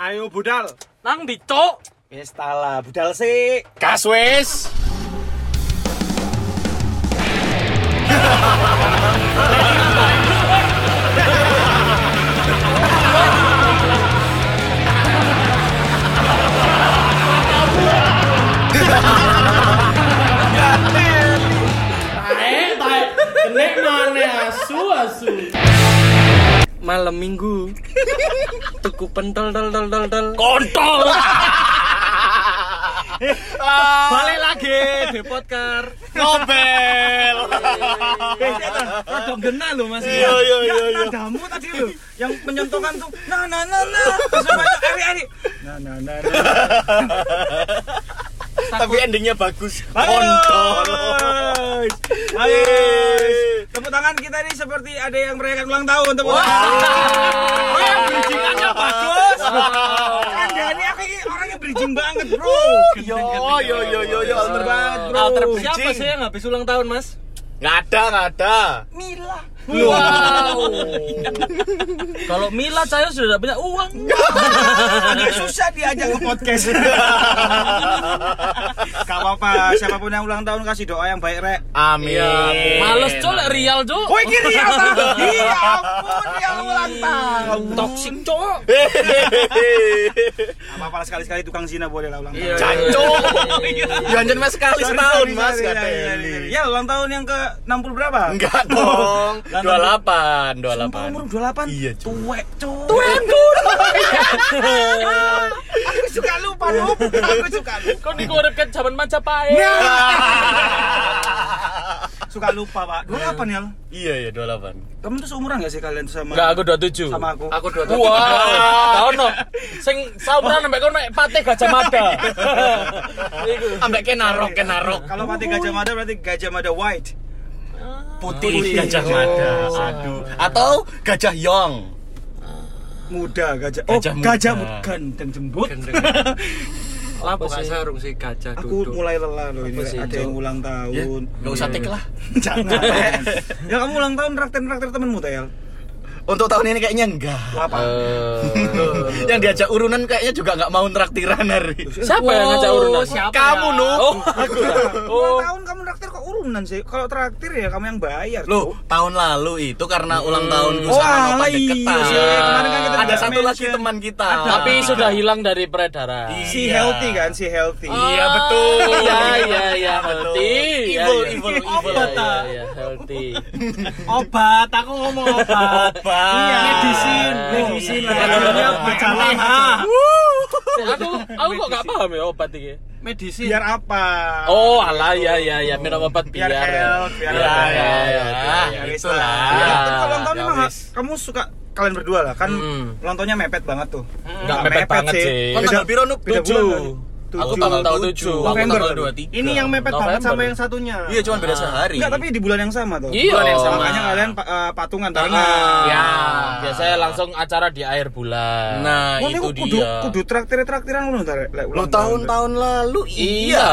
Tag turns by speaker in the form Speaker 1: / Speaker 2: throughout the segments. Speaker 1: Ayo budal.
Speaker 2: Nang ndi, Cuk?
Speaker 3: Wis tala, budal sik.
Speaker 4: Gas wis.
Speaker 5: Eh, tai. Kenek mana asu asu.
Speaker 2: Malam Minggu. Tuku pentol tol tol tol tol.
Speaker 4: Kontol.
Speaker 2: Balik lagi
Speaker 1: Eh,
Speaker 2: di podcast.
Speaker 4: Nobel.
Speaker 2: Rodok gena lho Mas.
Speaker 4: Iya iya iya iya.
Speaker 1: Nadamu tadi lo
Speaker 2: Yang menyentuhkan tuh. Nah nah nah nah. Terus banyak ari-ari.
Speaker 1: Nah, nah, nah.
Speaker 4: Tapi endingnya bagus. Kontol.
Speaker 1: Ayo. Tepuk tangan kita ini seperti ada yang merayakan ulang tahun, tepuk
Speaker 4: Wah.
Speaker 1: tangan. Bridgingannya bagus. Kandani aku ini orangnya bridging banget, Bro.
Speaker 4: Yo yo yo yo yo alter banget bro.
Speaker 2: Alter siapa
Speaker 4: Bridging.
Speaker 2: sih yang habis ulang tahun, Mas?
Speaker 4: Nggak ada nggak ada. Gitu.
Speaker 2: Wow. Kalau Mila saya sudah tidak punya uang.
Speaker 1: Agak susah diajak ke podcast. Gak apa-apa, siapapun yang ulang tahun kasih doa yang baik, Rek.
Speaker 4: Amin. gitu.
Speaker 2: Males colek real cok.
Speaker 1: Woi, kiri ya, Bang. Iya, ampun, yang ulang tahun.
Speaker 2: Toxic cok.
Speaker 4: Eh.
Speaker 1: Gak apa-apa lah, sekali-sekali tukang zina boleh lah ulang tahun.
Speaker 4: Iya. Jancok. Jangan mas sekali setahun mas
Speaker 1: Sorry,
Speaker 4: kata
Speaker 1: sorry, sorry, sorry. Ya ulang tahun yang ke 60 berapa?
Speaker 4: Enggak dong. 28, 28.
Speaker 1: Umur 28.
Speaker 4: Iya, cuy.
Speaker 1: Tuwek, cuy. Tuwek, Aku suka lupa, Nup.
Speaker 4: Iya.
Speaker 1: Aku suka lupa.
Speaker 2: Kau digorepkan zaman Majapahit.
Speaker 4: Nah.
Speaker 1: Suka lupa, Pak. 28 ya.
Speaker 4: Iya ya 28.
Speaker 1: Kamu tuh seumuran gak sih kalian tuh sama
Speaker 2: Enggak, aku 27.
Speaker 1: sama aku?
Speaker 3: Aku dua tahun.
Speaker 2: Wah, tahun no. Sing sauran sampai kono pate gajah mada. Iku.
Speaker 4: Ambek kenarok kenarok.
Speaker 1: Kalau mati Gajah Mada berarti Gajah Mada White.
Speaker 4: Putih Ah. Iya, gajah mada. Aduh. Atau gajah yong.
Speaker 1: Muda gajah. Oh,
Speaker 4: Gajah muda.
Speaker 1: gajah muda. Gandeng jembut.
Speaker 3: Lapo gak sarung sih gajah
Speaker 1: Aku
Speaker 3: duduk.
Speaker 1: mulai lelah loh ini.
Speaker 3: sih,
Speaker 1: Ada yang ulang
Speaker 4: Iya.
Speaker 1: tahun.
Speaker 4: Enggak usah tik lah.
Speaker 1: Jangan. ya kamu ulang tahun raktir-raktir temenmu, Tel.
Speaker 4: Untuk tahun ini kayaknya enggak.
Speaker 1: Apa?
Speaker 4: Eh, Yang diajak urunan kayaknya juga enggak mau traktiran hari.
Speaker 2: Siapa yang ngajak urunan? Siapa?
Speaker 4: Kamu nu.
Speaker 2: Oh, aku ya.
Speaker 1: Ulang
Speaker 2: Oh.
Speaker 1: tahun kamu traktir kok urunan sih? Kalau traktir ya kamu yang bayar.
Speaker 4: Loh, tahun lalu itu karena ulang tahunku
Speaker 1: Wah,
Speaker 4: sama Nova
Speaker 1: lah iya
Speaker 4: deketan.
Speaker 1: sih. Kemarin kan kita
Speaker 4: ada
Speaker 1: juga
Speaker 4: satu lagi
Speaker 1: mention.
Speaker 4: teman kita.
Speaker 2: Tapi sudah hilang dari peredaran.
Speaker 1: si
Speaker 4: Iya.
Speaker 1: healthy kan, si healthy.
Speaker 2: Oh,
Speaker 4: Iya betul.
Speaker 2: Iya, iya, iya,
Speaker 4: Betul.
Speaker 2: healthy. Iya,
Speaker 4: Evil,
Speaker 2: iya.
Speaker 4: evil,
Speaker 2: Iya,
Speaker 4: evil.
Speaker 2: iya, iya, healthy.
Speaker 5: Obat, aku ngomong obat.
Speaker 4: Obat. Iya.
Speaker 5: Iya, medisin, medisin
Speaker 1: Iya.
Speaker 5: lah. Jadinya berjalan. ah.
Speaker 2: Aku aku kok gak paham ya obat iki.
Speaker 5: Medisin.
Speaker 1: Biar apa?
Speaker 4: Ah,
Speaker 2: Oh, alah ya ya ya Iya, minum obat biar.
Speaker 1: biar health, biar
Speaker 4: Ya,
Speaker 1: apa.
Speaker 4: ya, ya.
Speaker 1: Ya,
Speaker 2: iya.
Speaker 4: Ya,
Speaker 2: gitu
Speaker 1: wis
Speaker 4: itulah.
Speaker 1: lah. Ya, tapi kalau ulang tahun
Speaker 4: Ya,
Speaker 1: emang
Speaker 4: wis.
Speaker 1: kamu suka kalian berdua lah kan ulang tahunnya mepet banget tuh.
Speaker 2: Nggak mepet banget sih.
Speaker 4: Kon tanggal piro Nuk?
Speaker 1: Beda
Speaker 4: Tujuh.
Speaker 1: bulan kan?
Speaker 4: Aku
Speaker 1: Tujuh.
Speaker 4: tanggal tahu
Speaker 2: Tujuh.
Speaker 4: 7. Aku
Speaker 1: November.
Speaker 4: tanggal 23.
Speaker 5: Ini yang mepet banget
Speaker 2: November.
Speaker 5: sama yang satunya.
Speaker 4: Iya, cuman beda sehari.
Speaker 1: Enggak, tapi di bulan yang sama tuh.
Speaker 2: Iya.
Speaker 4: Bulan yang sama.
Speaker 1: Makanya kalian pa- eh, patungan bareng.
Speaker 4: Tengah.
Speaker 2: Ya, biasanya langsung acara di akhir bulan.
Speaker 4: Nah,
Speaker 1: Wah, ini
Speaker 4: itu
Speaker 1: kok kudu,
Speaker 4: dia.
Speaker 1: kudu traktir-traktiran lu ntar lek ulang
Speaker 4: Lo tahun-tahun lalu
Speaker 2: iya.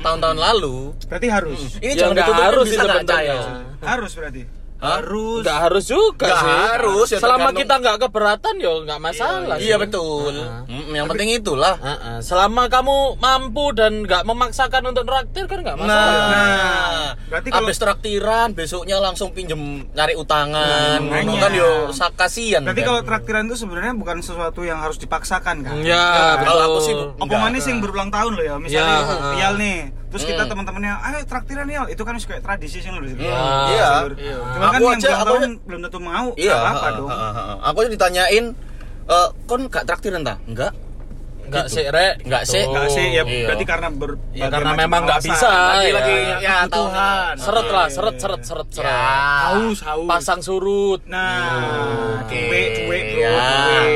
Speaker 4: Tahun-tahun lalu.
Speaker 1: Berarti harus.
Speaker 4: Ini
Speaker 2: Ya, nggak
Speaker 4: ditutupin,
Speaker 2: harus
Speaker 4: bisa
Speaker 2: itu
Speaker 4: nggak,
Speaker 2: bentuknya.
Speaker 4: Cahyo?
Speaker 1: Harus berarti.
Speaker 4: Hah?
Speaker 2: Harus. Enggak harus juga
Speaker 4: Nggak
Speaker 2: sih.
Speaker 4: harus, ya
Speaker 2: Selama
Speaker 4: tergantung-
Speaker 2: kita nggak keberatan ya nggak masalah.
Speaker 4: Iya
Speaker 2: sih.
Speaker 4: betul. Mm, Yang penting itulah.
Speaker 2: Heeh, Selama kamu mampu dan nggak memaksakan untuk traktir kan nggak
Speaker 4: Nah,
Speaker 2: masalah.
Speaker 1: Berarti kalau-
Speaker 4: habis traktiran besoknya langsung pinjem nyari utangan, ngono
Speaker 1: Nah, makanya.
Speaker 4: kan yo sak- kasihan.
Speaker 1: Berarti
Speaker 4: kan.
Speaker 1: kalau traktiran itu sebenarnya bukan sesuatu yang harus dipaksakan kan?
Speaker 2: Ya,
Speaker 4: kalau aku sih
Speaker 1: Apa
Speaker 4: enggak.
Speaker 1: manis yang berulang tahun loh ya, misalnya
Speaker 2: Ya,
Speaker 1: aku,
Speaker 2: ha.
Speaker 1: Yal nih, terus kita teman-temannya, ayo traktiran Yal, itu kan kayak tradisi sih udah
Speaker 4: Iya.
Speaker 1: Cuma kan
Speaker 4: Aku
Speaker 1: yang
Speaker 4: aja-
Speaker 1: ulang
Speaker 4: aku
Speaker 1: tahun belum tentu mau,
Speaker 4: Iya,
Speaker 1: nggak apa
Speaker 4: ha,
Speaker 1: dong?
Speaker 4: ha, ha, ha. Aku aja ditanyain eh, kon gak traktiran ta? Enggak.
Speaker 2: nggak
Speaker 4: Gitu.
Speaker 2: sih, Rek. Nggak sih.
Speaker 1: Nggak sih, ya
Speaker 4: Iya.
Speaker 1: berarti karena ber
Speaker 2: Oh,
Speaker 1: berbagai
Speaker 2: Ya, karena
Speaker 1: macam
Speaker 2: memang nggak
Speaker 1: alasan.
Speaker 2: bisa.
Speaker 4: Lagi
Speaker 2: ya.
Speaker 4: lagi ya Iya. Tuhan.
Speaker 2: Seret lah, seret, seret, seret, seret.
Speaker 5: Haus, haus.
Speaker 2: Pasang surut.
Speaker 1: Nah,
Speaker 4: Oke.
Speaker 1: cuek, cuek, Iya.
Speaker 4: Ya.
Speaker 1: bro, cuek.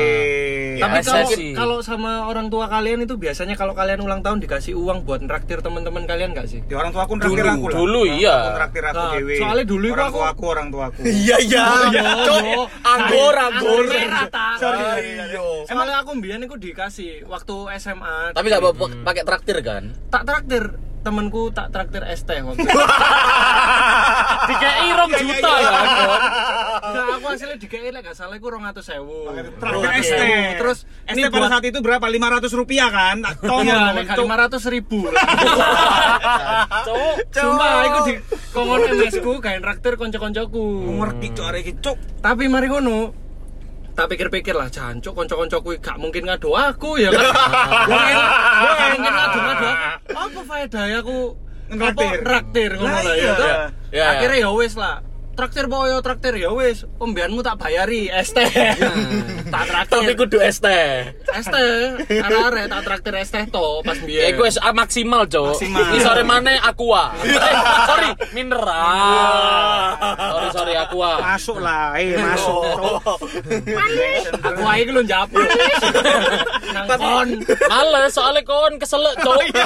Speaker 4: Ya,
Speaker 5: Tapi kalau
Speaker 2: esensi.
Speaker 5: kalau sama orang tua kalian itu biasanya kalau kalian ulang tahun dikasih uang buat traktir teman-teman kalian nggak sih?
Speaker 1: Ya, orang tua aku traktir
Speaker 4: Dulu,
Speaker 1: aku lah.
Speaker 2: dulu,
Speaker 1: Orang
Speaker 2: iya.
Speaker 1: tua aku traktir aku
Speaker 5: Nah,
Speaker 1: dewe.
Speaker 5: soalnya dulu itu
Speaker 1: orang tua
Speaker 5: aku-
Speaker 1: aku, orang tua aku.
Speaker 4: Iya iya. Cok, anggora Ah, boleh.
Speaker 5: Sorry.
Speaker 4: Ayo.
Speaker 5: Soalnya aku mbiyen aku dikasih waktu SMA.
Speaker 4: Hmm. Tapi gak apa-apa, pakai traktir kan?
Speaker 5: tak traktir temanku tak traktir es teh waktu itu.
Speaker 2: Dikei rong juta ya.
Speaker 4: kan?
Speaker 2: Gon.
Speaker 5: Enggak, Nah, aku hasilnya dikei lek gak salah iku 200.000.
Speaker 1: Traktir
Speaker 5: Oke.
Speaker 1: ST.
Speaker 5: Terus
Speaker 1: ST
Speaker 5: ini
Speaker 1: pada
Speaker 5: buat
Speaker 1: saat itu berapa? 500 rupiah kan? Tak tahu
Speaker 5: Iya,
Speaker 1: kan?
Speaker 5: nek
Speaker 1: Tuh.
Speaker 5: 500 ribu.
Speaker 2: Cowok.
Speaker 5: Cuma aku di kongon MS ku gawe traktir konco-koncoku.
Speaker 1: Ngerti cok arek iki cok.
Speaker 5: Tapi mari ngono. Tak pikir-pikir lah, jancuk konco-koncoku gak mungkin ngadu aku ya kan. Mungkin gak mungkin ngadu ngadu aku. Apa faedahnya aku
Speaker 1: Ngeraktir.
Speaker 5: apa, Traktir ngono
Speaker 1: Lah,
Speaker 5: lah
Speaker 1: iya.
Speaker 5: ya toh?
Speaker 2: Iya, iya.
Speaker 5: Akhirnya ya wis lah. Traktir po yo traktir ya wis. Pembianmu tak bayari ST. tak
Speaker 2: Iya. Tapi
Speaker 5: traktir.
Speaker 2: kudu ST.
Speaker 5: ST, arek tak traktir ST to pas
Speaker 2: Ya
Speaker 4: Iya,
Speaker 5: biyen.
Speaker 2: iku wis ah, maksimal, Cok.
Speaker 1: Maksimal.
Speaker 2: Ini sore maneh aqua.
Speaker 4: Iya.
Speaker 2: Eh, sorry, mineral. Sorry, sorry ah. aqua.
Speaker 1: Masuk lah, eh masuk. Cok.
Speaker 5: Aku ae iku lho njapu.
Speaker 2: Iya.
Speaker 5: Nang kon.
Speaker 2: Males soalnya kon keselak, Cok.
Speaker 4: Iya.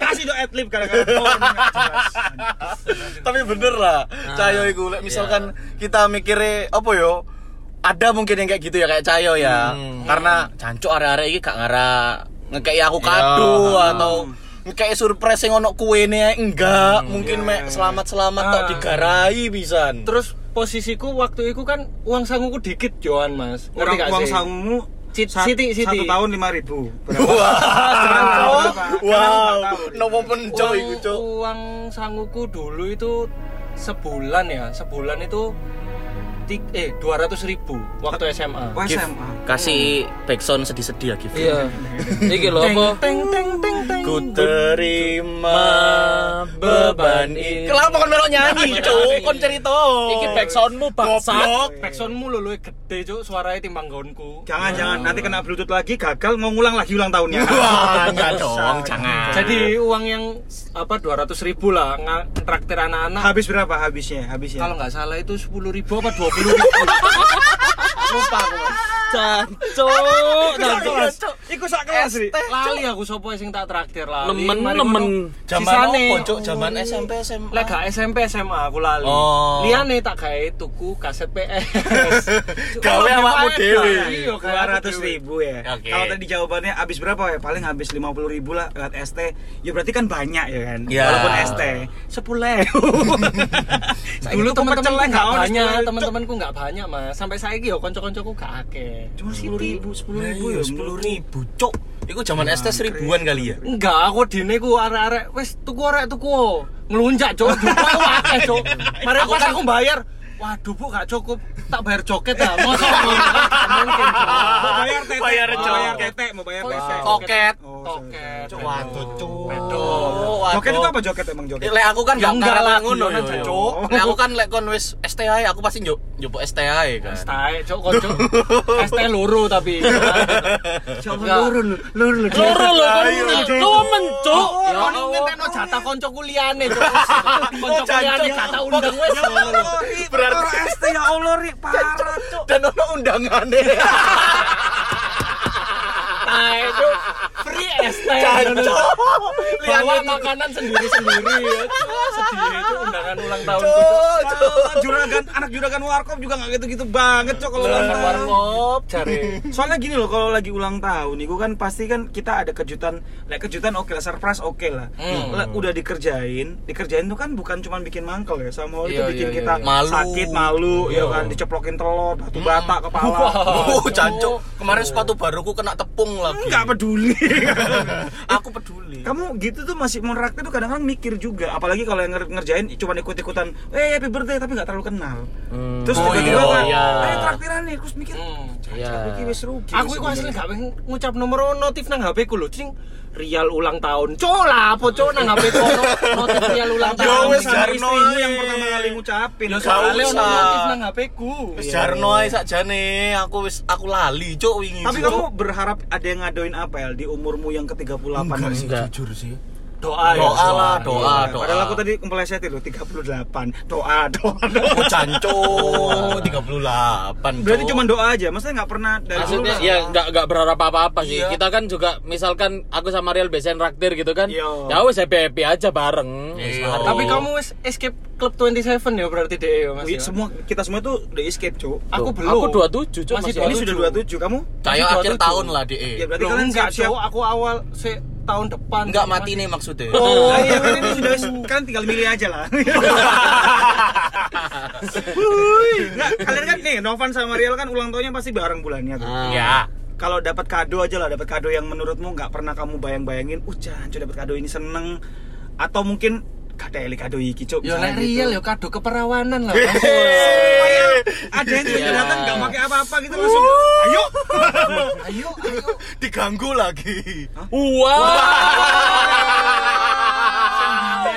Speaker 1: Kasih dong adlib gara-gara oh, nggak jelas.
Speaker 4: Tapi bener lah, Cayo iku lek misalkan kita mikirnya apa yo? Ada mungkin yang kayak gitu ya kayak Cayo ya. Karena jancuk arek-arek iki gak ngara ngekei aku kado atau ngekei surprise yang ono kuene enggak, mungkin mek selamat-selamat tok
Speaker 5: Ah.
Speaker 4: digarai pisan.
Speaker 5: Terus posisiku waktu itu kan uang sanguku dikit Johan mas
Speaker 1: Orang
Speaker 5: gak
Speaker 1: uang
Speaker 5: sih?
Speaker 1: sangumu
Speaker 5: Cit-
Speaker 1: sat-
Speaker 5: Siti, Siti.
Speaker 1: Satu tahun 5000.
Speaker 4: Wow.
Speaker 1: Kenapa?
Speaker 4: Wow.
Speaker 1: Kenapa?
Speaker 4: Nopo penco
Speaker 5: uang,
Speaker 4: iku, Cuk?
Speaker 5: uang sanguku dulu itu sebulan ya sebulan itu ti- eh 200 ribu waktu SMA
Speaker 1: Wah, SMA.
Speaker 4: Kasih backsound sedih-sedih ya Gif.
Speaker 2: Iya. Iki lho apa?
Speaker 5: teng teng teng teng
Speaker 4: Ku terima beban ini. Kenapa kon melok nyanyi, Cuk? Kon cerita.
Speaker 2: Iki backsoundmu bangsat.
Speaker 4: Goblok.
Speaker 5: Backsoundmu lu lu gede cuk suaranya timbang gaunku
Speaker 1: Jangan jangan nanti kena bluetooth lagi gagal mau ngulang lagi ulang tahunnya.
Speaker 4: Wah, enggak dong, jangan.
Speaker 5: jadi uang yang s- apa 200 ribu lah nggak traktir anak-anak
Speaker 1: Habis berapa habisnya?
Speaker 4: ya?
Speaker 1: Habisnya.
Speaker 5: kalau nggak salah itu 10 ribu apa 20 ribu lupa aku Mas.
Speaker 4: Iya,
Speaker 2: Cancuk, cancuk.
Speaker 1: Iku sak kelas sih.
Speaker 5: lali aku sopo sing tak traktir lali
Speaker 2: Nemen,
Speaker 5: Mari
Speaker 2: nemen.
Speaker 5: ngono.
Speaker 4: Zaman
Speaker 5: Sisane.
Speaker 4: opo, Cuk? Zaman SMP, SMA.
Speaker 5: Lek gak SMP SMA aku lali.
Speaker 4: Oh.
Speaker 5: Liyane tak gawe tuku kaset PS.
Speaker 4: Gawe awakmu dhewe.
Speaker 5: Iya, gawe
Speaker 1: dua
Speaker 5: aku
Speaker 1: ratus
Speaker 5: dhewe.
Speaker 1: ribu ya.
Speaker 4: Oke.
Speaker 1: Kalau tadi jawabannya habis berapa ya? Paling habis lima puluh ribu lah lewat ST. Ya berarti kan banyak ya kan.
Speaker 4: Ya.
Speaker 1: Walaupun ST sepuluh ribu.
Speaker 5: Dulu teman-temanku
Speaker 1: nggak
Speaker 5: gak
Speaker 1: ono
Speaker 5: banyak,
Speaker 1: 10.000.
Speaker 5: teman-temanku gak banyak, Mas. Sampai saiki yo kanca-kancaku gak akeh.
Speaker 1: Cuma sepuluh ribu, sepuluh ribu ya.
Speaker 4: Nah, sepuluh ribu, Cuk. Iku zaman ST seribuan kali ya.
Speaker 5: Enggak, aku dene ku arek-arek wis tuku arek tuku. Ngelunjak, Cuk. Dupa aku akeh, Cuk. Mari
Speaker 4: Aku
Speaker 5: pas
Speaker 4: kan-
Speaker 5: aku bayar. Waduh, Bu, gak cukup. Tak bayar joket ah. Mosok ngono. Gak mungkin, Cuk.
Speaker 1: Mau bayar tete,
Speaker 4: Bayar
Speaker 1: mau
Speaker 4: cowok.
Speaker 1: bayar tete, mau bayar tete.
Speaker 5: Wow.
Speaker 4: Koket.
Speaker 1: Oh,
Speaker 5: Toket.
Speaker 4: Waduh, Cuk.
Speaker 5: Waduh.
Speaker 1: Joket itu apa joket emang
Speaker 4: Eh,
Speaker 1: joket?
Speaker 4: Lek aku kan
Speaker 5: Ya
Speaker 4: gak
Speaker 5: enggak lah,
Speaker 4: ngarang ngono
Speaker 2: Iya,
Speaker 5: guyonan,
Speaker 4: yo, yo.
Speaker 5: Cuk.
Speaker 4: Lek aku kan lek kon wis STI aku pasti njuk njuk STI kan.
Speaker 5: Stae, cok konco. ST loro tapi.
Speaker 1: Jangan
Speaker 5: Enggak.
Speaker 1: lurun, lurun.
Speaker 2: Loro lho kon. Temen, Cuk.
Speaker 5: Ya Oh, kon ngeteno jatah konco kuliane, cok. Konco kuliane gak tak undang wis.
Speaker 1: Ya Berarti ST ya Allah, Ri, parah, Cuk.
Speaker 4: Dan ono undangane.
Speaker 5: Stae, cok. Free ST. Bawa makanan sendiri-sendiri ya. Cok. Sedih cok undangan ulang tahun
Speaker 1: Kalau juragan anak juragan warkop juga nggak gitu-gitu banget cok kalau ulang tahun.
Speaker 5: Warkop jare.
Speaker 1: Soalnya gini loh kalau lagi ulang tahun niku kan pasti kan kita ada kejutan. Lah kejutan oke lah, surprise oke lah. Lah, udah dikerjain, dikerjain tuh kan bukan cuma bikin mangkel ya, sama itu
Speaker 5: Iya,
Speaker 1: bikin
Speaker 5: iya,
Speaker 1: kita
Speaker 4: iya. Malu.
Speaker 1: sakit, malu ya kan diceplokin telur, batu bata kepala.
Speaker 4: Oh, jancuk. Kemarin sepatu baruku kena tepung lagi.
Speaker 1: Nggak peduli.
Speaker 4: aku peduli.
Speaker 1: Kamu gitu tuh masih mau raktir tuh kadang-kadang mikir juga, apalagi kalau yang nger- ngerjain cuma ikut-ikutan, eh happy birthday tapi nggak terlalu kenal. Terus
Speaker 4: Oh,
Speaker 1: tiba-tiba
Speaker 4: iya,
Speaker 1: kan,
Speaker 2: iya.
Speaker 1: ayo traktiran nih, terus mikir,
Speaker 2: Iya.
Speaker 1: Rugi wis rugi.
Speaker 5: Aku iku asli gak pengen ngucap nomor notif nang HP ku lho, cing Rial ulang tahun. Cok lah apa cok nang HP ku ono notif Rial ulang tahun.
Speaker 1: Yo wis
Speaker 4: Sama
Speaker 1: sama
Speaker 4: istrimu
Speaker 1: istrimu yang
Speaker 4: yang
Speaker 1: pertama kali ngucapin.
Speaker 5: Yo
Speaker 4: Gak
Speaker 5: soalnya
Speaker 4: usah. Iya.
Speaker 5: ono notif nang HP ku.
Speaker 4: Wis jarno ae sakjane, aku wis aku lali cuk wingi.
Speaker 1: Tapi
Speaker 4: Cuk.
Speaker 1: kamu berharap ada yang ngadoin apel di umurmu yang ke-38
Speaker 4: Enggak
Speaker 1: ini?
Speaker 4: sih, Iya. jujur sih.
Speaker 5: Doa ya.
Speaker 4: Doa lah, doa,
Speaker 1: Nah,
Speaker 4: doa.
Speaker 1: Padahal aku tadi kempeleset loh 38. Doa, doa, doa.
Speaker 4: Oh, jancuk 38.
Speaker 1: Berarti
Speaker 4: Cuk.
Speaker 1: cuma doa aja. Maksudnya nggak pernah dari dulu
Speaker 2: Maksudnya
Speaker 1: nggak-
Speaker 2: ya nggak nggak berharap apa-apa sih.
Speaker 4: Iya.
Speaker 2: Kita kan juga misalkan aku sama Riel biasanya raktir gitu kan.
Speaker 1: Iya.
Speaker 2: Ya wes happy happy aja bareng. Wes
Speaker 4: Iya.
Speaker 2: mari.
Speaker 5: Tapi kamu wis escape club 27 ya berarti deh ya Mas.
Speaker 1: Wi-
Speaker 5: ya?
Speaker 1: semua kita semua tuh udah escape, Cuk.
Speaker 5: aku
Speaker 2: Loh,
Speaker 5: belum.
Speaker 2: aku 27, Cuk, masih
Speaker 5: Masih
Speaker 1: Ini
Speaker 5: 27.
Speaker 1: sudah 27, kamu?
Speaker 4: Cahyo
Speaker 5: Tapi
Speaker 4: akhir
Speaker 5: 27.
Speaker 4: tahun lah, Dek.
Speaker 1: Ya berarti
Speaker 5: Loh,
Speaker 1: kalian
Speaker 5: enggak,
Speaker 1: siap-siap
Speaker 5: Cuk, aku awal se tahun depan
Speaker 4: Enggak mati nih maksudnya.
Speaker 1: Oh, iya, kan ini sudah kan tinggal milih aja lah. Wuih, Nggak, kalian kan nih Novan sama Riel kan ulang tahunnya pasti bareng bulannya tuh.
Speaker 4: Ah.
Speaker 2: Ya.
Speaker 1: Kalau dapat kado aja lah, dapat kado yang menurutmu nggak pernah kamu bayang-bayangin, uh jancu dapat kado ini seneng atau mungkin kata eli kado iki cuk.
Speaker 5: Ya
Speaker 1: misalnya
Speaker 5: nek
Speaker 1: gitu.
Speaker 5: real ya kado keperawanan lah.
Speaker 1: Supaya ada yang sudah
Speaker 2: Iya.
Speaker 1: datang nggak pakai apa-apa gitu langsung. Ayo.
Speaker 5: ayo ayo.
Speaker 4: Diganggu lagi.
Speaker 2: Wow.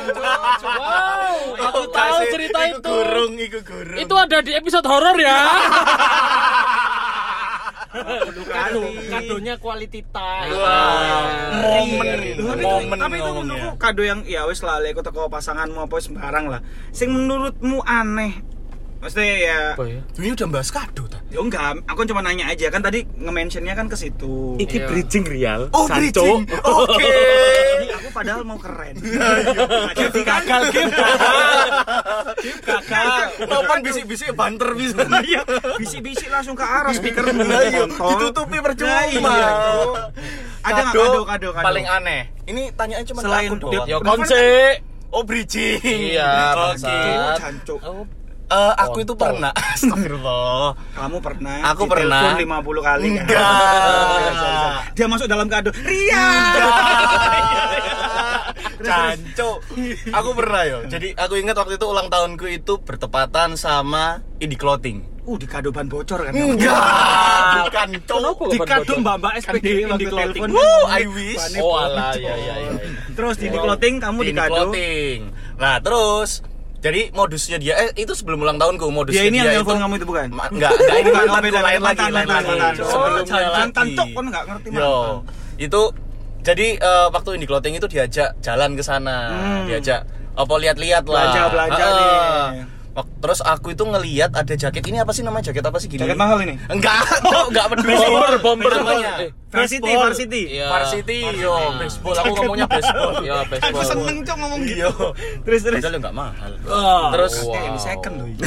Speaker 2: Wow. Aku tahu
Speaker 4: Kasih,
Speaker 2: cerita
Speaker 4: iku
Speaker 2: itu.
Speaker 4: Gurung, iku gurung.
Speaker 2: Itu ada di episode horor ya.
Speaker 1: Kado.
Speaker 2: Kadonya quality time.
Speaker 4: Wah, momen,
Speaker 1: Tapi itu,
Speaker 4: Iya, momen
Speaker 1: tapi itu
Speaker 4: ngomongnya.
Speaker 1: menurutku kado yang ya wes lah lek teko pasanganmu apa wis sembarang lah. Sing menurutmu aneh. Maksudnya ya,
Speaker 4: Ini udah bahas kado ta?
Speaker 1: ya enggak, aku cuma nanya aja kan tadi nge-mentionnya kan ke situ.
Speaker 6: Iki
Speaker 5: Iya.
Speaker 6: bridging real.
Speaker 4: Oh,
Speaker 6: Sancho.
Speaker 4: bridging. Oke.
Speaker 1: Ini aku padahal mau keren. Nggak Jadi gagal gitu.
Speaker 4: Topan bisik-bisik banter bisa.
Speaker 1: Iya, bisik-bisik langsung ke arah speaker
Speaker 4: Nah, iya, ditutupi percuma.
Speaker 1: iya. Ada nggak kado, kado, kado?
Speaker 4: paling aneh. Ini tanyaan cuma
Speaker 1: Selain
Speaker 4: aku
Speaker 1: dia-
Speaker 4: doang.
Speaker 2: Ya konse.
Speaker 4: Oh, bridging.
Speaker 2: Iya,
Speaker 4: Oke.
Speaker 2: bangsat.
Speaker 1: Jancuk.
Speaker 4: Eh, aku itu pernah. Astagfirullah.
Speaker 1: Kamu pernah
Speaker 4: Aku
Speaker 1: ditelepon
Speaker 4: pernah.
Speaker 1: 50 kali kan?
Speaker 4: Enggak.
Speaker 1: Sorry, sorry, sorry. Dia masuk dalam kado. Ria.
Speaker 4: Canco. Aku pernah yo. Jadi aku ingat waktu itu ulang tahunku itu bertepatan sama Indie Clothing.
Speaker 1: Uh, di kado ban bocor kan?
Speaker 4: Hmm. Enggak, bukan cowok.
Speaker 5: Di kado Mbak-mbak
Speaker 1: Kan dia
Speaker 5: SPD
Speaker 1: waktu
Speaker 5: di clothing.
Speaker 1: telepon.
Speaker 4: Woo, I wish. iya,
Speaker 2: Oh alah ya ya ya.
Speaker 1: Uh, Terus
Speaker 4: Oh.
Speaker 1: di clothing kamu di
Speaker 4: Indie
Speaker 1: kado.
Speaker 4: Clothing. Nah, terus jadi modusnya dia eh itu sebelum ulang tahunku modusnya
Speaker 1: Dia ini yang
Speaker 4: itu
Speaker 1: nelpon kamu itu bukan?
Speaker 4: Ma- enggak, enggak ini
Speaker 1: Bukan,
Speaker 4: mantan,
Speaker 1: beda,
Speaker 4: lain lagi,
Speaker 1: mantan,
Speaker 4: lain
Speaker 1: mantan,
Speaker 4: lagi.
Speaker 1: mantan. Oh,
Speaker 4: Sebelumnya
Speaker 1: jangan,
Speaker 4: lagi.
Speaker 1: jangan, cok, kan nggak ngerti
Speaker 4: Yo,
Speaker 1: mantan.
Speaker 4: itu jadi eh, waktu Indie Clothing itu diajak jalan ke sana,
Speaker 1: Hmm.
Speaker 4: diajak apa lihat-lihat lah.
Speaker 1: Belanja-belanja
Speaker 4: Heeh.
Speaker 1: nih.
Speaker 4: Wak- Terus aku itu ngelihat ada jaket ini apa sih namanya jaket apa sih gini?
Speaker 1: Jaket mahal Oh. ini?
Speaker 4: Enggak, cok, enggak peduli.
Speaker 2: Bomber, bomber.
Speaker 4: Namanya.
Speaker 2: Eh,
Speaker 1: Varsity,
Speaker 4: Baseball.
Speaker 1: varsity.
Speaker 2: Iya.
Speaker 4: Varsity, yo, baseball. Aku ngomongnya baseball.
Speaker 2: Ya
Speaker 1: Aku
Speaker 2: baseball.
Speaker 1: seneng cok ngomong gitu.
Speaker 4: Yo.
Speaker 1: Terus terus.
Speaker 4: Padahal enggak mahal.
Speaker 1: Terus
Speaker 4: Terus
Speaker 1: eh ini second loh. ini.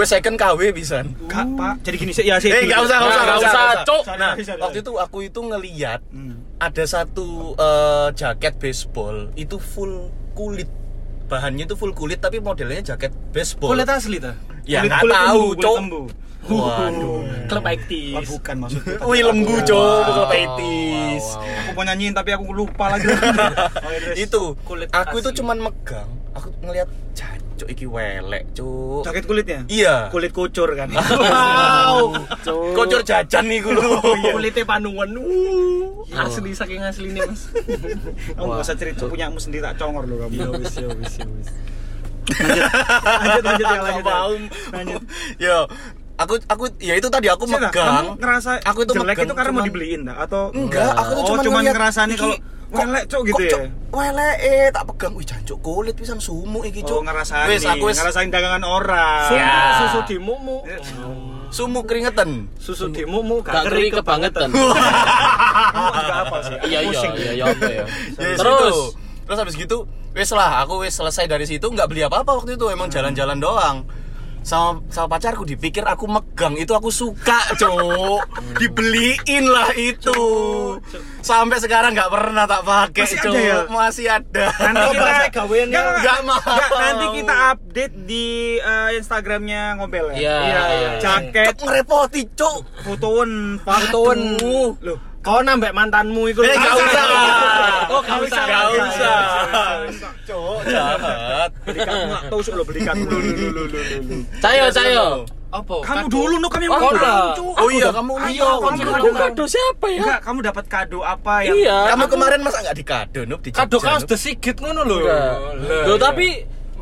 Speaker 4: wes second KW bisa.
Speaker 1: Kak, Pak. Jadi gini sih, ya sih.
Speaker 4: Eh, enggak usah, enggak usah,
Speaker 2: Enggak
Speaker 4: enggak
Speaker 2: usah,
Speaker 4: usah.
Speaker 2: cok.
Speaker 1: Sorry,
Speaker 4: Nah,
Speaker 1: sorry, sorry.
Speaker 4: waktu itu aku itu ngeliat
Speaker 1: Hmm.
Speaker 4: ada satu eh, jaket baseball itu full kulit bahannya itu full kulit tapi modelnya jaket baseball
Speaker 5: Kulit asli ta?
Speaker 4: ya
Speaker 1: Kulit-
Speaker 4: nggak
Speaker 1: kulit
Speaker 4: tahu
Speaker 1: embu, kulit
Speaker 4: cok
Speaker 1: embu.
Speaker 4: waduh
Speaker 2: Klub
Speaker 1: Oh,
Speaker 2: IT.
Speaker 1: bukan maksudku.
Speaker 4: wih lembu cok bukan
Speaker 2: Wow,
Speaker 4: petis
Speaker 2: wow, wow.
Speaker 1: Aku mau nyanyiin tapi aku lupa lagi. Oh, iya,
Speaker 4: itu
Speaker 5: Kulit
Speaker 4: aku itu
Speaker 5: asli.
Speaker 4: cuman megang aku ngeliat jancuk iki welek cok
Speaker 1: Jaket kulitnya?
Speaker 4: iya
Speaker 1: Kulit kucur kan.
Speaker 4: wow kocor jajan nih gue Iya.
Speaker 5: Kulitnya panungan. Uh, Asli saking asli nih, Mas.
Speaker 1: Kamu gak usah cerita punyamu sendiri tak congor loh kamu.
Speaker 6: Yo wis yo wis yo wis.
Speaker 1: Lanjut lanjut ya lanjut. ya.
Speaker 4: Bau.
Speaker 1: Lanjut.
Speaker 4: Yo, aku aku ya itu tadi aku
Speaker 1: Sini,
Speaker 4: megang.
Speaker 1: Kamu ngerasa
Speaker 4: aku itu
Speaker 1: jelek
Speaker 4: megang,
Speaker 1: itu karena mau
Speaker 4: cuman-
Speaker 1: dibeliin dah atau
Speaker 4: Enggak, aku tuh
Speaker 1: Oh,
Speaker 4: cuman
Speaker 1: cuman
Speaker 4: ngeliat,
Speaker 1: ngerasani
Speaker 4: iki,
Speaker 1: kalau
Speaker 4: kok-
Speaker 1: welek, Cok, gitu
Speaker 4: kok,
Speaker 1: ya?
Speaker 4: Cok, Welek eh tak pegang wih jancuk kulit pisan sumu iki cuk.
Speaker 1: Oh, ngerasain.
Speaker 4: Wis aku wis
Speaker 1: ngerasain dagangan orang.
Speaker 5: Sumu,
Speaker 4: Ya.
Speaker 5: susu di mumu.
Speaker 4: sumu keringetan.
Speaker 5: Susu di mumu
Speaker 2: Gak
Speaker 5: gak
Speaker 2: keri
Speaker 5: kering
Speaker 2: kebangetan.
Speaker 1: Kamu juga apa sih?
Speaker 2: Iya iya iya iya apa ya.
Speaker 4: Yes,
Speaker 2: Terus
Speaker 4: gitu. terus habis gitu wis lah aku wis selesai dari situ nggak beli apa-apa waktu itu emang jalan-jalan doang sama sama pacarku dipikir aku megang itu aku suka cok dibeliin lah itu sampai sekarang nggak pernah tak pakai
Speaker 1: Masih ada
Speaker 4: cok
Speaker 1: ya?
Speaker 4: masih ada
Speaker 1: Nanti kita
Speaker 5: gawean
Speaker 1: Nggak, nggak,
Speaker 4: Nggak mau.
Speaker 1: nggak, nanti kita update di eh, Instagramnya ngobel ya.
Speaker 2: Iya.
Speaker 5: Iya, iya.
Speaker 1: Jaket
Speaker 4: Cok ngerepoti cok
Speaker 1: fotoon,
Speaker 5: Fotoon.
Speaker 1: Loh,
Speaker 5: Kau nambah mantanmu iku.
Speaker 4: Eh, nggak usah.
Speaker 5: Oh, nggak usah.
Speaker 4: Nggak
Speaker 5: Nggak
Speaker 4: usah.
Speaker 1: usah.
Speaker 4: cok jahat
Speaker 1: Beli kamu nggak tahu sih lo beli kamu. Lu, lu, lu, lu, lu, lu.
Speaker 4: Iya,
Speaker 2: Cayo cayo.
Speaker 5: Apa?
Speaker 1: Kamu
Speaker 5: Kado-
Speaker 1: dulu no kami
Speaker 2: Oh,
Speaker 1: mau
Speaker 2: udah.
Speaker 1: tahu, Cuk.
Speaker 4: oh iya kamu ayo
Speaker 1: kamu
Speaker 2: Aku
Speaker 1: kado-
Speaker 2: kado siapa ya?
Speaker 1: Enggak, kamu dapat kado apa yang
Speaker 2: Iya.
Speaker 4: kamu
Speaker 2: aku-
Speaker 4: kemarin masa nggak dikado nup di
Speaker 5: Kado
Speaker 4: Jogja,
Speaker 5: kaos
Speaker 4: Nup?
Speaker 5: desigit ngono lho.
Speaker 2: Enggak.
Speaker 5: Lah,
Speaker 2: Loh,
Speaker 5: iya.
Speaker 2: tapi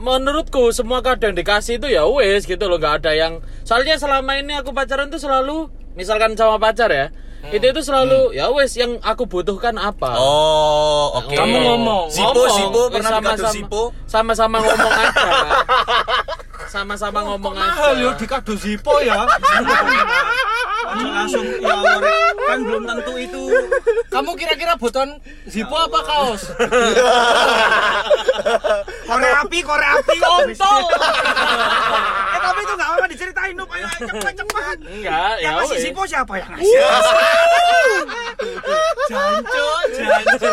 Speaker 2: menurutku semua kado yang dikasih itu ya wes gitu loh nggak ada yang soalnya selama ini aku pacaran tuh selalu misalkan sama pacar ya itu itu selalu ya wes yang aku butuhkan apa
Speaker 4: Hmm. Oh, oke.
Speaker 2: Kamu ngomong.
Speaker 4: Sipo,
Speaker 2: ngomong.
Speaker 4: Sipo pernah
Speaker 2: Sama-sama-
Speaker 4: dikado Sipo?
Speaker 2: Sama-sama ngomong aja. Sama-sama ngomong aja.
Speaker 5: Mahal yo di kado Zippo ya.
Speaker 1: langsung langsung ya Allah, Rek. kan belum tentu itu
Speaker 5: Kamu kira-kira butuhan Zippo apa kaos?
Speaker 1: korek api korek api kontol eh tapi itu nggak apa-apa diceritain Nup ayo ayo, cepat cepat
Speaker 2: Enggak, ya
Speaker 1: yang ngasih
Speaker 2: wes.
Speaker 1: sipo siapa yang ngasih jancu jancu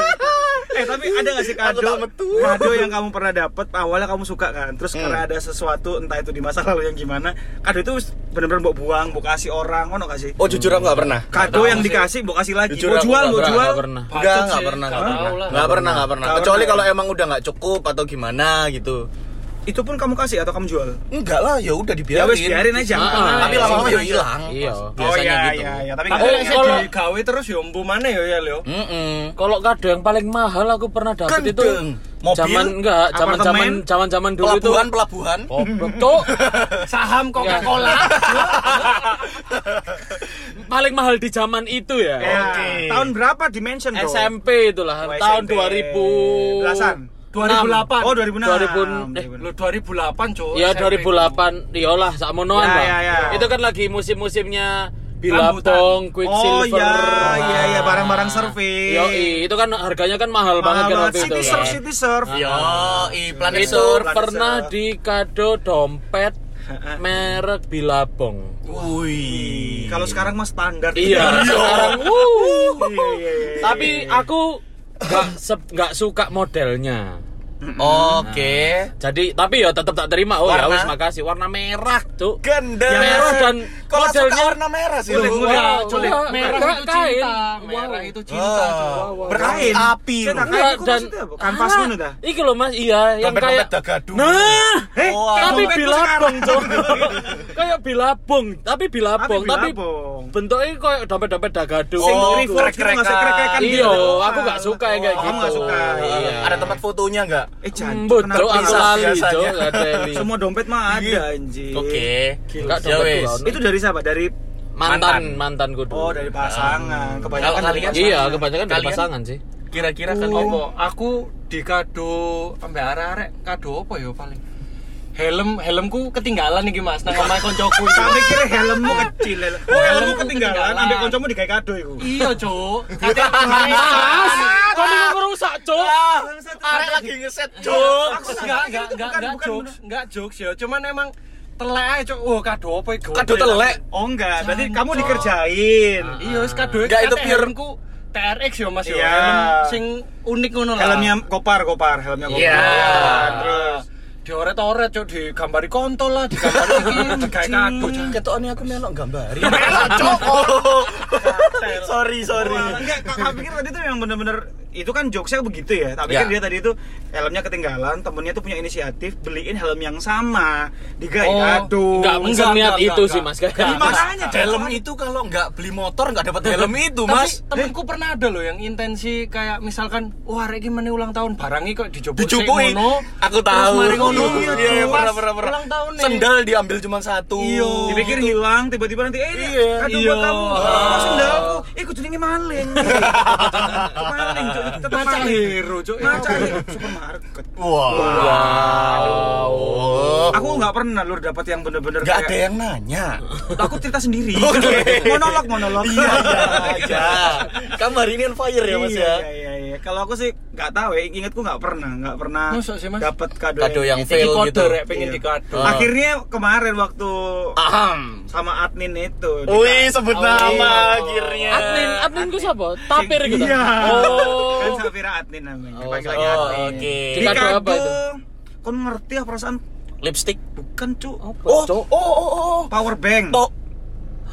Speaker 1: eh tapi ada gak sih kado
Speaker 4: Aku tak metu.
Speaker 1: kado yang kamu pernah dapet awalnya kamu suka kan terus karena ada sesuatu entah itu di masa lalu yang gimana kado itu bener-bener mau buang mau kasih orang ono gak sih
Speaker 4: Oh jujur aku nggak pernah.
Speaker 1: kado yang dikasih mau kasih lagi
Speaker 4: Jujur
Speaker 1: mau
Speaker 4: aku
Speaker 1: jual
Speaker 4: nggak
Speaker 1: mau
Speaker 2: Nggak,
Speaker 1: jual
Speaker 2: nggak pernah.
Speaker 4: Enggak,
Speaker 5: Patut
Speaker 4: enggak
Speaker 5: sih,
Speaker 4: pernah,
Speaker 5: nggak
Speaker 4: enggak
Speaker 5: tahu
Speaker 4: pernah.
Speaker 5: lah.
Speaker 4: Enggak pernah, nggak pernah.
Speaker 1: Nggak
Speaker 4: Kecuali
Speaker 1: pernah.
Speaker 4: kalau emang udah nggak cukup atau gimana gitu.
Speaker 1: itu pun kamu kasih atau kamu jual
Speaker 4: Enggak lah, ya udah
Speaker 1: ya
Speaker 4: dibiarin.
Speaker 1: wes biarin aja
Speaker 2: Ah,
Speaker 4: Tapi
Speaker 2: ya,
Speaker 4: lama-lama
Speaker 2: iya.
Speaker 4: ya hilang.
Speaker 2: Iya.
Speaker 1: oh
Speaker 4: Biasanya
Speaker 1: iya
Speaker 4: gitu.
Speaker 1: iya iya tapi
Speaker 5: Tapi
Speaker 1: kalau-
Speaker 5: nek sik
Speaker 2: kalau-
Speaker 5: digawe terus ya umpamane ya ya Leo.
Speaker 4: Mm-mm.
Speaker 2: Kalau kado yang paling mahal aku pernah dapet itu
Speaker 4: Kendeng. Mobil?
Speaker 2: zaman enggak, zaman zaman
Speaker 1: Apartemen?
Speaker 2: zaman zaman dulu Oh, itu.
Speaker 4: Pelabuhan, pelabuhan.
Speaker 2: Goblok, Cuk. Ya.
Speaker 5: Saham Coca-Cola.
Speaker 2: paling mahal di zaman itu ya.
Speaker 1: Ya,
Speaker 4: Oke.
Speaker 1: tahun berapa dimension bro?
Speaker 2: SMP itulah
Speaker 1: Oh,
Speaker 2: tahun
Speaker 1: SMP.
Speaker 2: 2000
Speaker 1: Belasan?
Speaker 5: 2008.
Speaker 1: oh 2006
Speaker 2: 2000, eh,
Speaker 5: Lo 2008, Cuk.
Speaker 2: Ya
Speaker 5: SMP.
Speaker 2: 2008 iyalah sak monoan
Speaker 1: Oh, Ya,
Speaker 2: iya lah.
Speaker 1: ya, ya.
Speaker 2: Itu kan lagi musim-musimnya
Speaker 5: Rambutan.
Speaker 2: Bilabong,
Speaker 1: oh
Speaker 2: Quicksilver.
Speaker 1: iya iya iya barang-barang survey
Speaker 2: Yoi, itu kan harganya kan mahal, banget kan waktu itu.
Speaker 1: city surf
Speaker 2: kan.
Speaker 1: city surf
Speaker 4: Yo, i planet
Speaker 2: Itu
Speaker 4: sur.
Speaker 1: Planet
Speaker 2: pernah
Speaker 1: Surf.
Speaker 2: dikado dompet merek Bilabong.
Speaker 4: Wih.
Speaker 1: kalau sekarang mah standar
Speaker 2: Iya, sekarang wuh.
Speaker 1: Iya, iya, iya.
Speaker 2: Tapi aku nggak se- nggak suka modelnya.
Speaker 4: Oke.
Speaker 2: Jadi tapi ya tetap tak terima. Oh ya
Speaker 4: Warna?
Speaker 2: wis makasih. Warna merah, Cuk.
Speaker 4: Ganda.
Speaker 2: Yang merah dan
Speaker 4: kalau suka
Speaker 2: modelnya-
Speaker 4: warna merah sih.
Speaker 1: Kulit
Speaker 4: lu.
Speaker 1: muda.
Speaker 2: Wah,
Speaker 5: Culik,
Speaker 2: wah,
Speaker 5: merah
Speaker 2: enggak,
Speaker 5: itu Ah. cinta,
Speaker 2: kain.
Speaker 5: merah
Speaker 2: Wow.
Speaker 5: itu cinta. Cuk.
Speaker 4: Oh,
Speaker 1: Kain.
Speaker 4: berkain api. lu.
Speaker 1: Cetak.
Speaker 2: Enggak,
Speaker 1: Kain itu
Speaker 2: dan
Speaker 1: maksudnya apa? Kanvas
Speaker 2: Ah,
Speaker 1: ngono ta?
Speaker 2: Iki loh Mas, iya yang
Speaker 4: Dompet-dompet
Speaker 2: kayak
Speaker 4: dagadung.
Speaker 2: Nah,
Speaker 1: Eh,
Speaker 4: Wah.
Speaker 2: tapi
Speaker 1: dompetku
Speaker 2: bilabong, Cuk. kayak bilabong, tapi bilabong, tapi
Speaker 1: bilabong.
Speaker 2: bentuknya kayak dompet-dompet Hmm, dagadung.
Speaker 1: Sing
Speaker 4: Oh,
Speaker 1: revolt gitu nggak sih?
Speaker 4: krek-krekan.
Speaker 1: Krek-krekan gitu.
Speaker 2: Iya,
Speaker 1: Oh,
Speaker 2: aku nggak suka yang kayak
Speaker 1: oh, kamu
Speaker 2: gitu.
Speaker 1: nggak suka.
Speaker 2: Iya.
Speaker 4: Ada tempat fotonya nggak?
Speaker 1: Eh, jancuk,
Speaker 2: Embut, Cuk, aku Iya.
Speaker 1: kenapa?
Speaker 2: lali, Cuk,
Speaker 4: biasanya?
Speaker 2: nggak ada yang-
Speaker 1: Semua dompet mah ada anjir.
Speaker 4: Oke.
Speaker 2: Enggak
Speaker 4: Ya
Speaker 2: dompet
Speaker 4: wes.
Speaker 2: doang.
Speaker 1: Itu dari siapa? Dari
Speaker 2: mantan mantanku dulu.
Speaker 1: Oh, dari pasangan. Kebanyakan dari
Speaker 4: Kalau kalian-
Speaker 1: pasangan. Oh.
Speaker 2: Iya, kebanyakan dari
Speaker 4: Kalian-
Speaker 2: pasangan sih.
Speaker 4: Kira-kira
Speaker 5: Kan
Speaker 4: kan
Speaker 5: opo? Aku dikado ambek arek-arek kado apa ya paling? Helm, helmku ketinggalan iki Mas, nang omahe koncoku.
Speaker 1: Tak mikir helmmu kecil. lho. Oh, helmmu ketinggalan, ambek kancamu digawe kado iku.
Speaker 5: Iya, Cuk.
Speaker 1: Ah,
Speaker 2: Ah,
Speaker 5: Katanya
Speaker 2: Kau dulu ngerusak, Cuk.
Speaker 4: Arek lagi ngeset jokes.
Speaker 5: enggak enggak enggak
Speaker 1: bukan,
Speaker 5: enggak
Speaker 1: bukan,
Speaker 5: jokes enggak jokes ya cuman emang telek aja cok wah kado apa ya, itu
Speaker 4: Kado telek.
Speaker 1: Oh enggak, berarti kamu dikerjain.
Speaker 5: iya wis kado
Speaker 4: Enggak, itu pure-
Speaker 5: ku TRX ya mas ya
Speaker 1: Iya.
Speaker 5: helm sing unik ngono lah
Speaker 1: Helmnya kopar, kopar, helmnya kopar.
Speaker 4: Iya.
Speaker 5: Ah, terus dioret-oret cok digambari kontol lah digambari iki digawe kado Cuk.
Speaker 4: Ketokane aku melok gambari. Melok cok. Oh. Sorry, sorry.
Speaker 1: Wah, Enggak, kok aku pikir tadi tuh yang bener-bener itu kan jokesnya begitu ya. Tapi kan
Speaker 4: Ya.
Speaker 1: dia tadi itu helmnya ketinggalan, temennya tuh punya inisiatif beliin helm yang sama. Digawe
Speaker 5: Oh,
Speaker 1: kado.
Speaker 2: Enggak mungkin
Speaker 5: enggak,
Speaker 2: niat
Speaker 5: enggak,
Speaker 2: itu
Speaker 5: enggak.
Speaker 2: sih, Mas.
Speaker 4: Kan?
Speaker 2: Kayak
Speaker 1: Iya, makanya
Speaker 4: Helm itu kalau nggak beli motor nggak dapat helm itu,
Speaker 5: Tapi
Speaker 4: Mas.
Speaker 5: temenku pernah ada loh yang intensi kayak misalkan wah rek gimana ulang tahun barangnya kok dijobo
Speaker 4: Dicupui. Aku tahu.
Speaker 5: terus mari ngono
Speaker 4: Iya,
Speaker 5: Cuk.
Speaker 4: iya, iya,
Speaker 5: Pas
Speaker 4: pernah, pernah, pernah.
Speaker 5: ulang tahun nih.
Speaker 4: Sendal diambil cuma satu.
Speaker 1: Iya. Dipikir hilang, tiba-tiba nanti eh ini
Speaker 4: Iya.
Speaker 1: kado
Speaker 5: Iya.
Speaker 1: buat kamu. Oh, sendalku. Eh kucingnya maling. maling cuy, tetep
Speaker 5: Maca
Speaker 1: maling.
Speaker 5: hero cok
Speaker 1: Maca hero, supermarket.
Speaker 4: Wow.
Speaker 1: Aku nggak pernah lur dapat yang bener-bener
Speaker 4: Nggak
Speaker 1: kayak-
Speaker 4: ada yang nanya.
Speaker 1: aku cerita sendiri
Speaker 4: Oke.
Speaker 1: monolog monolog
Speaker 4: Iya, iya, iya. Kamu hari ini on fire ya, Mas
Speaker 1: iya,
Speaker 4: ya.
Speaker 1: iya, iya. Kalau aku sih nggak tahu ya, ingatku nggak pernah, nggak pernah
Speaker 5: Masa sih, Mas?
Speaker 1: dapat kado,
Speaker 4: Kado yang fail
Speaker 5: kode
Speaker 4: gitu.
Speaker 5: rek pengen
Speaker 1: Iya.
Speaker 5: dikado
Speaker 4: Ah.
Speaker 1: Akhirnya kemarin waktu
Speaker 4: Aham.
Speaker 1: sama admin itu.
Speaker 4: Wih, sebut nama
Speaker 5: Oh.
Speaker 4: akhirnya.
Speaker 2: Admin, admin ku siapa? Tapir
Speaker 1: dikasih-
Speaker 2: gitu.
Speaker 1: Iya.
Speaker 2: Oh.
Speaker 1: Kan Safira admin namanya.
Speaker 2: Oh,
Speaker 1: Panggilannya
Speaker 4: Oh,
Speaker 1: admin.
Speaker 4: oke.
Speaker 2: Di- Dikado apa
Speaker 1: Dikado,
Speaker 2: itu?
Speaker 1: Kon ngerti ya perasaan
Speaker 4: Lipstick.
Speaker 1: bukan cu
Speaker 4: Oh, oh, oh, oh.
Speaker 1: power bank.
Speaker 4: Oh,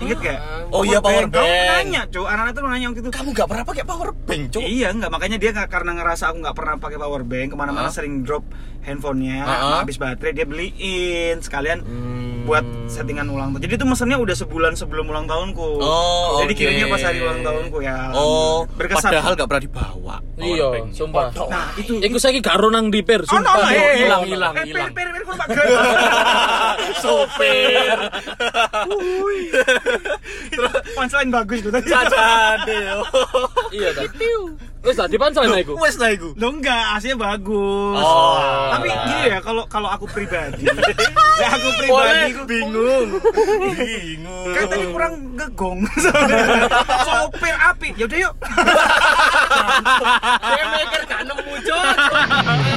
Speaker 1: Ingat gak?
Speaker 4: Oh iya, power bank.
Speaker 1: Kamu nanya cu, anak-anak tuh nanya waktu itu.
Speaker 4: kamu nggak pernah pakai power bank, Cuk.
Speaker 1: Iya, nggak makanya dia nggak karena ngerasa aku nggak pernah pakai power bank kemana-mana sering drop handphonenya,
Speaker 4: Ah.
Speaker 1: habis baterai dia beliin sekalian
Speaker 4: Hmm.
Speaker 1: buat settingan ulang tahun. Jadi itu mesennya udah sebulan sebelum ulang tahunku.
Speaker 4: Oh,
Speaker 1: Jadi
Speaker 4: oke.
Speaker 1: kirimnya pas hari ulang tahunku ya.
Speaker 4: Oh,
Speaker 1: berkesan.
Speaker 4: padahal nggak pernah dibawa.
Speaker 2: Iya, sumpah.
Speaker 1: Nah itu.
Speaker 2: Iku saiki gak ronang di per,
Speaker 1: Oh, no, no,
Speaker 2: sumpah.
Speaker 1: eh, eh,
Speaker 2: Hilang,
Speaker 1: eh,
Speaker 2: hilang,
Speaker 1: eh, Per,
Speaker 2: hilang.
Speaker 1: per, per, kurang
Speaker 4: Sopir.
Speaker 1: Punchline bagus tuh tadi.
Speaker 4: Cacade.
Speaker 2: Iya kan. Wis tadi pancen aku.
Speaker 4: Wes lah iku.
Speaker 1: Lo enggak, aslinya bagus.
Speaker 4: Oh,
Speaker 1: Tapi
Speaker 4: alah.
Speaker 1: gini ya, kalau kalau aku pribadi, ya aku pribadi
Speaker 4: Boleh, bingung. bingung.
Speaker 1: Kayak Kan tadi kurang gegong Soalnya Sopir api Yaudah yuk
Speaker 5: Dia mikir gak nemu cok